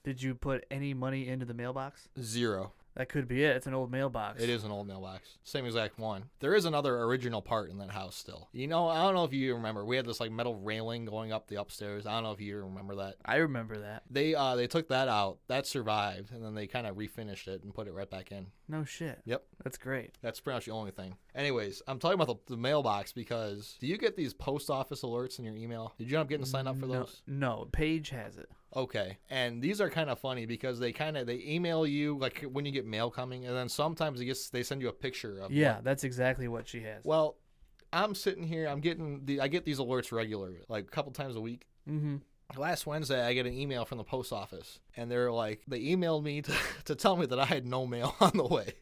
Speaker 2: did you put any money into the mailbox?
Speaker 1: Zero.
Speaker 2: That could be it. It's an old mailbox.
Speaker 1: It is an old mailbox. Same exact one. There is another original part in that house still. You know, I don't know if you remember. We had this like metal railing going up the upstairs. I don't know if you remember that.
Speaker 2: I remember that.
Speaker 1: They uh they took that out. That survived and then they kind of refinished it and put it right back in.
Speaker 2: No shit.
Speaker 1: Yep.
Speaker 2: That's great.
Speaker 1: That's pretty much the only thing. Anyways, I'm talking about the, the mailbox because do you get these post office alerts in your email? Did you end up getting signed up for
Speaker 2: No-
Speaker 1: those?
Speaker 2: No, Paige has it.
Speaker 1: Okay. And these are kind of funny because they kind of they email you like when you get mail coming and then sometimes they gets they send you a picture of
Speaker 2: Yeah, that's exactly what she has.
Speaker 1: Well, I'm sitting here, I'm getting the I get these alerts regular, like a couple times a week.
Speaker 2: mm-hmm.
Speaker 1: Last Wednesday, I get an email from the post office, and they're like, they emailed me to, to tell me that I had no mail on the way.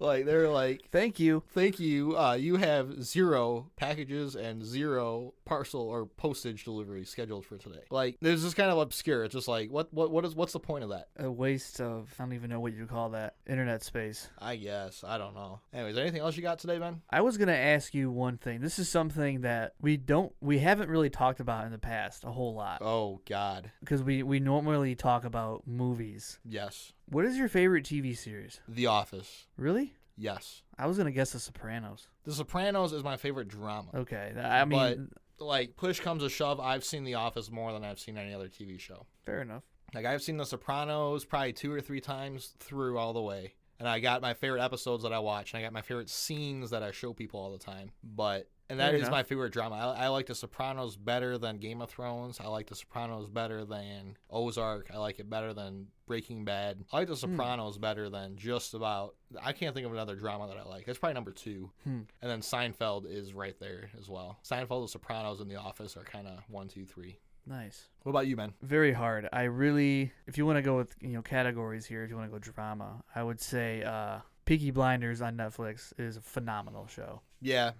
Speaker 1: Like, they're like,
Speaker 2: Thank you.
Speaker 1: thank you, uh, you have zero packages and zero parcel or postage delivery scheduled for today. Like, this is kind of obscure. It's just like, what, what, what is, what's the point of that?
Speaker 2: A waste of I don't even know what you call that internet space.
Speaker 1: I guess. I don't know. Anyways, anything else you got today, Ben?
Speaker 2: I was gonna ask you one thing. This is something that we don't we haven't really talked about in the past a whole lot
Speaker 1: Oh, God.
Speaker 2: because we we normally talk about movies.
Speaker 1: Yes.
Speaker 2: What is your favorite TV series?
Speaker 1: The Office.
Speaker 2: Really?
Speaker 1: Yes.
Speaker 2: I was gonna guess The Sopranos.
Speaker 1: The Sopranos is my favorite drama.
Speaker 2: Okay, th- I mean,
Speaker 1: Like, push comes to shove, I've seen The Office more than I've seen any other TV show.
Speaker 2: fair enough.
Speaker 1: Like, I've seen The Sopranos probably two or three times through all the way. And I got my favorite episodes that I watch, and I got my favorite scenes that I show people all the time. But, and that
Speaker 2: Fair
Speaker 1: is
Speaker 2: enough.
Speaker 1: my favorite drama. I, I like The Sopranos better than Game of Thrones. I like The Sopranos better than Ozark. I like it better than Breaking Bad. I like
Speaker 2: Hmm.
Speaker 1: The Sopranos better than just about, I can't think of another drama that I like. That's probably number two.
Speaker 2: Hmm.
Speaker 1: And then Seinfeld is right there as well. Seinfeld, The Sopranos, and The Office are kind of one, two, three.
Speaker 2: Nice.
Speaker 1: What about you, man?
Speaker 2: Very hard. I really, if you want to go with you know categories here, if you want to go drama, I would say uh, Peaky Blinders on Netflix is a phenomenal show.
Speaker 1: Yeah.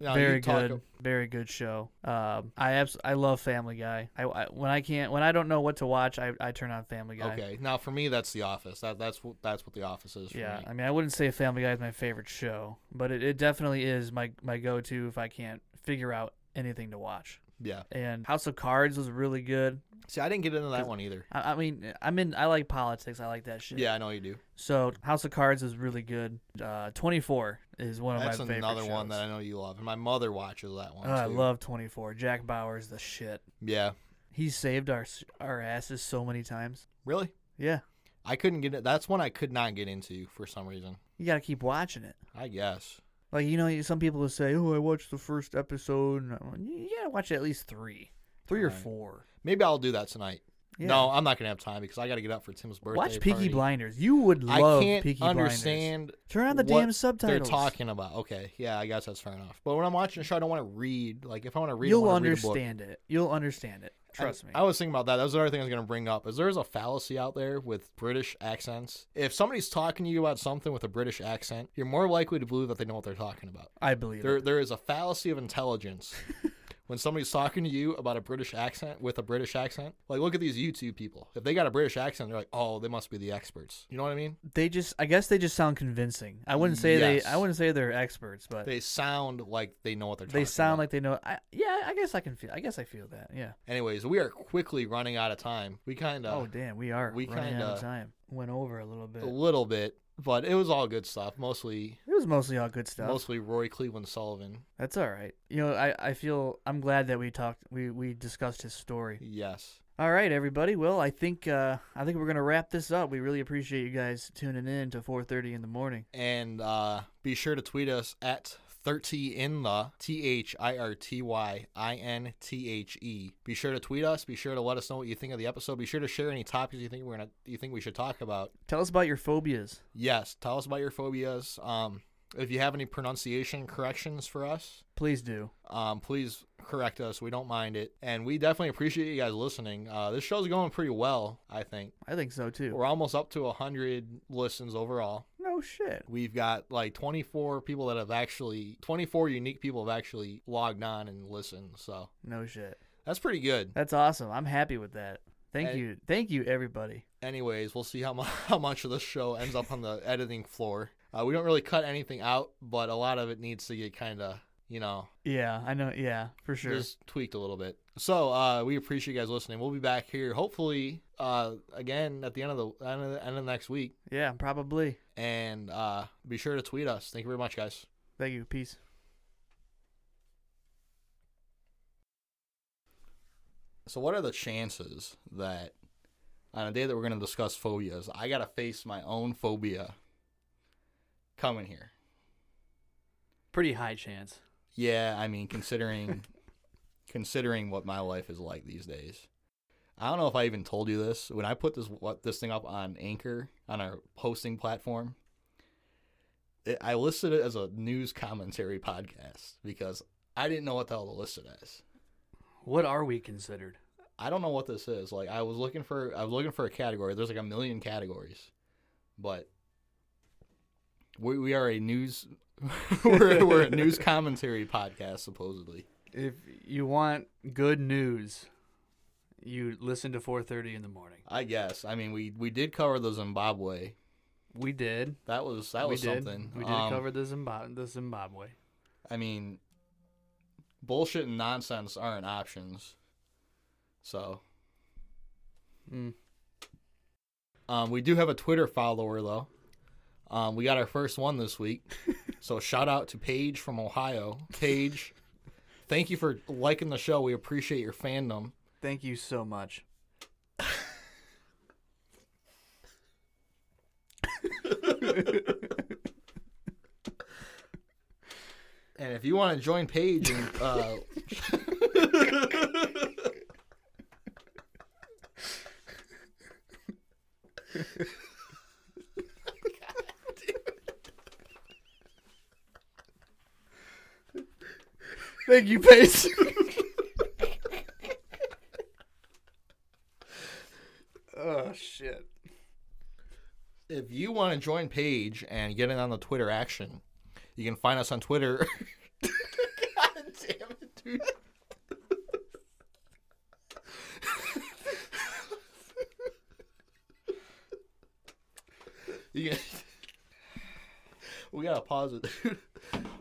Speaker 1: No, you
Speaker 2: very
Speaker 1: talk-
Speaker 2: good, very good show. Um, I abs- I love Family Guy. I, I when I can't when I don't know what to watch, I, I turn on Family Guy.
Speaker 1: Okay. Now for me, that's The Office. That that's what that's what The Office is. For
Speaker 2: Yeah,
Speaker 1: Me.
Speaker 2: I mean, I wouldn't say Family Guy is my favorite show, but it, it definitely is my my go to if I can't figure out anything to watch.
Speaker 1: Yeah.
Speaker 2: And House of Cards was really good.
Speaker 1: See, I didn't get into that one either.
Speaker 2: I, I mean, I'm in. I like politics. I like that shit.
Speaker 1: Yeah, I know you do.
Speaker 2: So House of Cards is really good. Uh, 24 is one of
Speaker 1: That's
Speaker 2: my favorite
Speaker 1: another one
Speaker 2: shows.
Speaker 1: that I know you love, and my mother watches that one.
Speaker 2: Oh, I
Speaker 1: too.
Speaker 2: love 24. Jack Bauer's the shit.
Speaker 1: Yeah.
Speaker 2: He saved our s- our asses so many times.
Speaker 1: Really?
Speaker 2: Yeah,
Speaker 1: I couldn't get it. That's one I could not get into for some reason.
Speaker 2: you gotta keep watching it.
Speaker 1: I guess.
Speaker 2: Like you know, you- some people will say, "Oh, I watched the first episode." And I'm like, you gotta watch at least three, three or
Speaker 1: Right.
Speaker 2: four.
Speaker 1: Maybe I'll do that tonight.
Speaker 2: Yeah.
Speaker 1: No, I'm not gonna have time because I got to get up for Tim's birthday.
Speaker 2: watch Peaky
Speaker 1: party.
Speaker 2: Blinders. You would
Speaker 1: I
Speaker 2: love
Speaker 1: can't
Speaker 2: Peaky Blinders.
Speaker 1: understand
Speaker 2: Turn on the
Speaker 1: what
Speaker 2: damn subtitles.
Speaker 1: They're talking about okay, yeah, I guess that's fair enough. But when I'm watching a show, I don't want to read. Like if I want to read, I
Speaker 2: You'll
Speaker 1: wanna read a book.
Speaker 2: understand it. You'll understand it. Trust
Speaker 1: I,
Speaker 2: me.
Speaker 1: I was thinking about that. That was another thing I was going to bring up. Is there's a fallacy out there with British accents? If somebody's talking to you about something with a British accent, you're more likely to believe that they know what they're talking about.
Speaker 2: I believe
Speaker 1: There,
Speaker 2: it.
Speaker 1: there is a fallacy of intelligence when somebody's talking to you about a British accent with a British accent. Like, look at these YouTube people. If they got a British accent, they're like, oh, they must be the experts. You know what I mean?
Speaker 2: They just, I guess, they just sound convincing. I wouldn't say
Speaker 1: Yes.
Speaker 2: they, I wouldn't say they're experts, but they,
Speaker 1: They sound like they know what they're. talking
Speaker 2: sound
Speaker 1: about.
Speaker 2: like they know. I, yeah, I guess I can feel. I guess I feel that. Yeah.
Speaker 1: Anyways, we are quickly running out of time. We kind
Speaker 2: oh
Speaker 1: of
Speaker 2: damn, we are
Speaker 1: we
Speaker 2: running out
Speaker 1: kinda-
Speaker 2: of time. Went over a little bit.
Speaker 1: a little bit. But it was all good stuff. Mostly,
Speaker 3: It was mostly all good stuff.
Speaker 1: mostly Roy Cleveland Sullivan.
Speaker 3: That's all right. You know, I, I feel I'm glad that we talked we, we discussed his story.
Speaker 1: Yes.
Speaker 3: All right, everybody. Well, I think uh, I think we're gonna wrap this up. We really appreciate you guys tuning in to 4:30 in the morning.
Speaker 1: And uh, be sure to tweet us at 30 in the T H I R T Y I N T H E. Be sure to tweet us. Be sure to let us know what you think of the episode. Be sure to share any topics you think we're gonna you think we should talk about.
Speaker 3: Tell us about your phobias.
Speaker 1: Yes, tell us about your phobias. Um, if you have any pronunciation corrections for us,
Speaker 3: Please do.
Speaker 1: um, please correct us. We don't mind it, and we definitely appreciate you guys listening. Uh, this show's going pretty well, I think.
Speaker 3: I think so too.
Speaker 1: We're almost up to hundred listens overall.
Speaker 3: No shit.
Speaker 1: We've got like 24 people that have actually 24 unique people have actually logged on and listened. So
Speaker 3: No shit.
Speaker 1: that's pretty good.
Speaker 3: That's awesome. I'm happy with that. Thank
Speaker 1: Hey.
Speaker 3: you. Thank you, everybody.
Speaker 1: Anyways, we'll see how much how much of this show ends up on the editing floor. Uh, we don't really cut anything out, but a lot of it needs to get kind of you know
Speaker 3: Yeah, I know. Yeah, for sure.
Speaker 1: just tweaked a little bit. So uh, we appreciate you guys listening. We'll be back here hopefully uh, again at the end of the end of, the, end of next week,
Speaker 3: Yeah, probably.
Speaker 1: and uh, be sure to tweet us. Thank you very much, guys.
Speaker 3: Thank you. Peace.
Speaker 1: So, what are the chances that on a day that we're going to discuss phobias, I got to face my own phobia coming here?
Speaker 2: Pretty high chance.
Speaker 1: Yeah, I mean, considering considering what my life is like these days. I don't know if I even told you this. When I put this what, this thing up on Anchor on our hosting platform, it, I listed it as a news commentary podcast because I didn't know what the hell to list it as.
Speaker 2: What are we considered?
Speaker 1: I don't know what this is. Like I was looking for I was looking for a category. There's like a million categories. But we, we are a news we're, we're a news commentary podcast supposedly.
Speaker 2: If you want good news, you listen to 4:30 in the morning.
Speaker 1: I guess. I mean we we did cover the Zimbabwe.
Speaker 2: We did.
Speaker 1: That was that
Speaker 2: we
Speaker 1: was
Speaker 2: did.
Speaker 1: something.
Speaker 2: We did
Speaker 1: Um,
Speaker 2: cover the Zimbabwe. The Zimbabwe.
Speaker 1: I mean bullshit and nonsense aren't options. So
Speaker 2: Mm.
Speaker 1: um, we do have a Twitter follower though. Um, we got our first one this week. So shout out to Paige from Ohio. Paige, thank you for liking the show. We appreciate your fandom.
Speaker 2: Thank you so much.
Speaker 1: And if you want to join Paige and uh,
Speaker 3: Thank you, Pace.
Speaker 2: Oh shit.
Speaker 1: if you want to join Paige and get in on the Twitter action, you can find us on Twitter. God damn it, dude. You can- we gotta pause it, dude.